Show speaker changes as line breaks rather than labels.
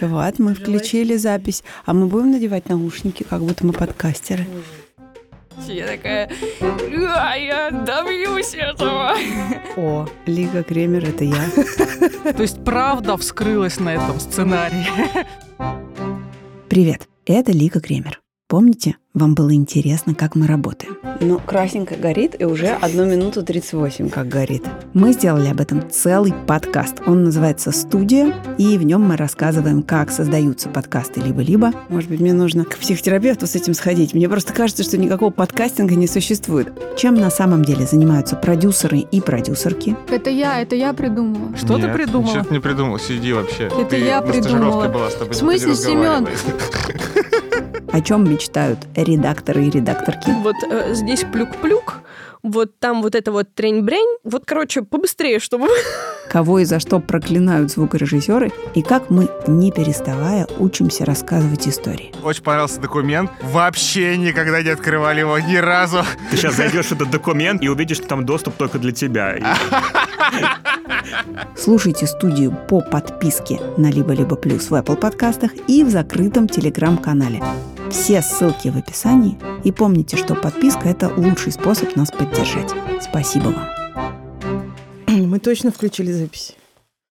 Вот, мы включили запись. А мы будем надевать наушники, как будто мы подкастеры.
Я такая, «А, я добьюсь этого.
О, Лига Кремер, это я.
То есть правда вскрылась на этом сценарии.
Привет, это Лика Кремер. Помните, вам было интересно, как мы работаем? Ну, красненько горит, и уже 1 минуту 38 как горит. Мы сделали об этом целый подкаст. Он называется «Студия», и в нем мы рассказываем, как создаются подкасты либо-либо. Может быть, мне нужно к психотерапевту с этим сходить. Мне просто кажется, что никакого подкастинга не существует. Чем на самом деле занимаются продюсеры и продюсерки?
Это я, это я придумала.
Что ты
Нет, Ничего
придумала?
ты не придумал, сиди вообще.
Это
Ты
я
на
придумала.
стажировке была, с тобой
В смысле,
никто не
Семен?
разговаривает.
О чем мечтают редакторы и редакторки?
Вот э, здесь плюк-плюк, вот там вот это вот трень-брень. Вот, короче, побыстрее, чтобы...
кого и за что проклинают звукорежиссеры, и как мы, не переставая, учимся рассказывать истории.
Очень понравился документ. Вообще никогда не открывали его ни разу.
Ты сейчас зайдешь в этот документ и увидишь, что там доступ только для тебя. И
Слушайте студию по подписке на «Либо-либо плюс» в Apple подкастах и в закрытом телеграм-канале. Все ссылки в описании. И помните, что подписка – это лучший способ нас поддержать. Спасибо вам.
Мы точно включили запись.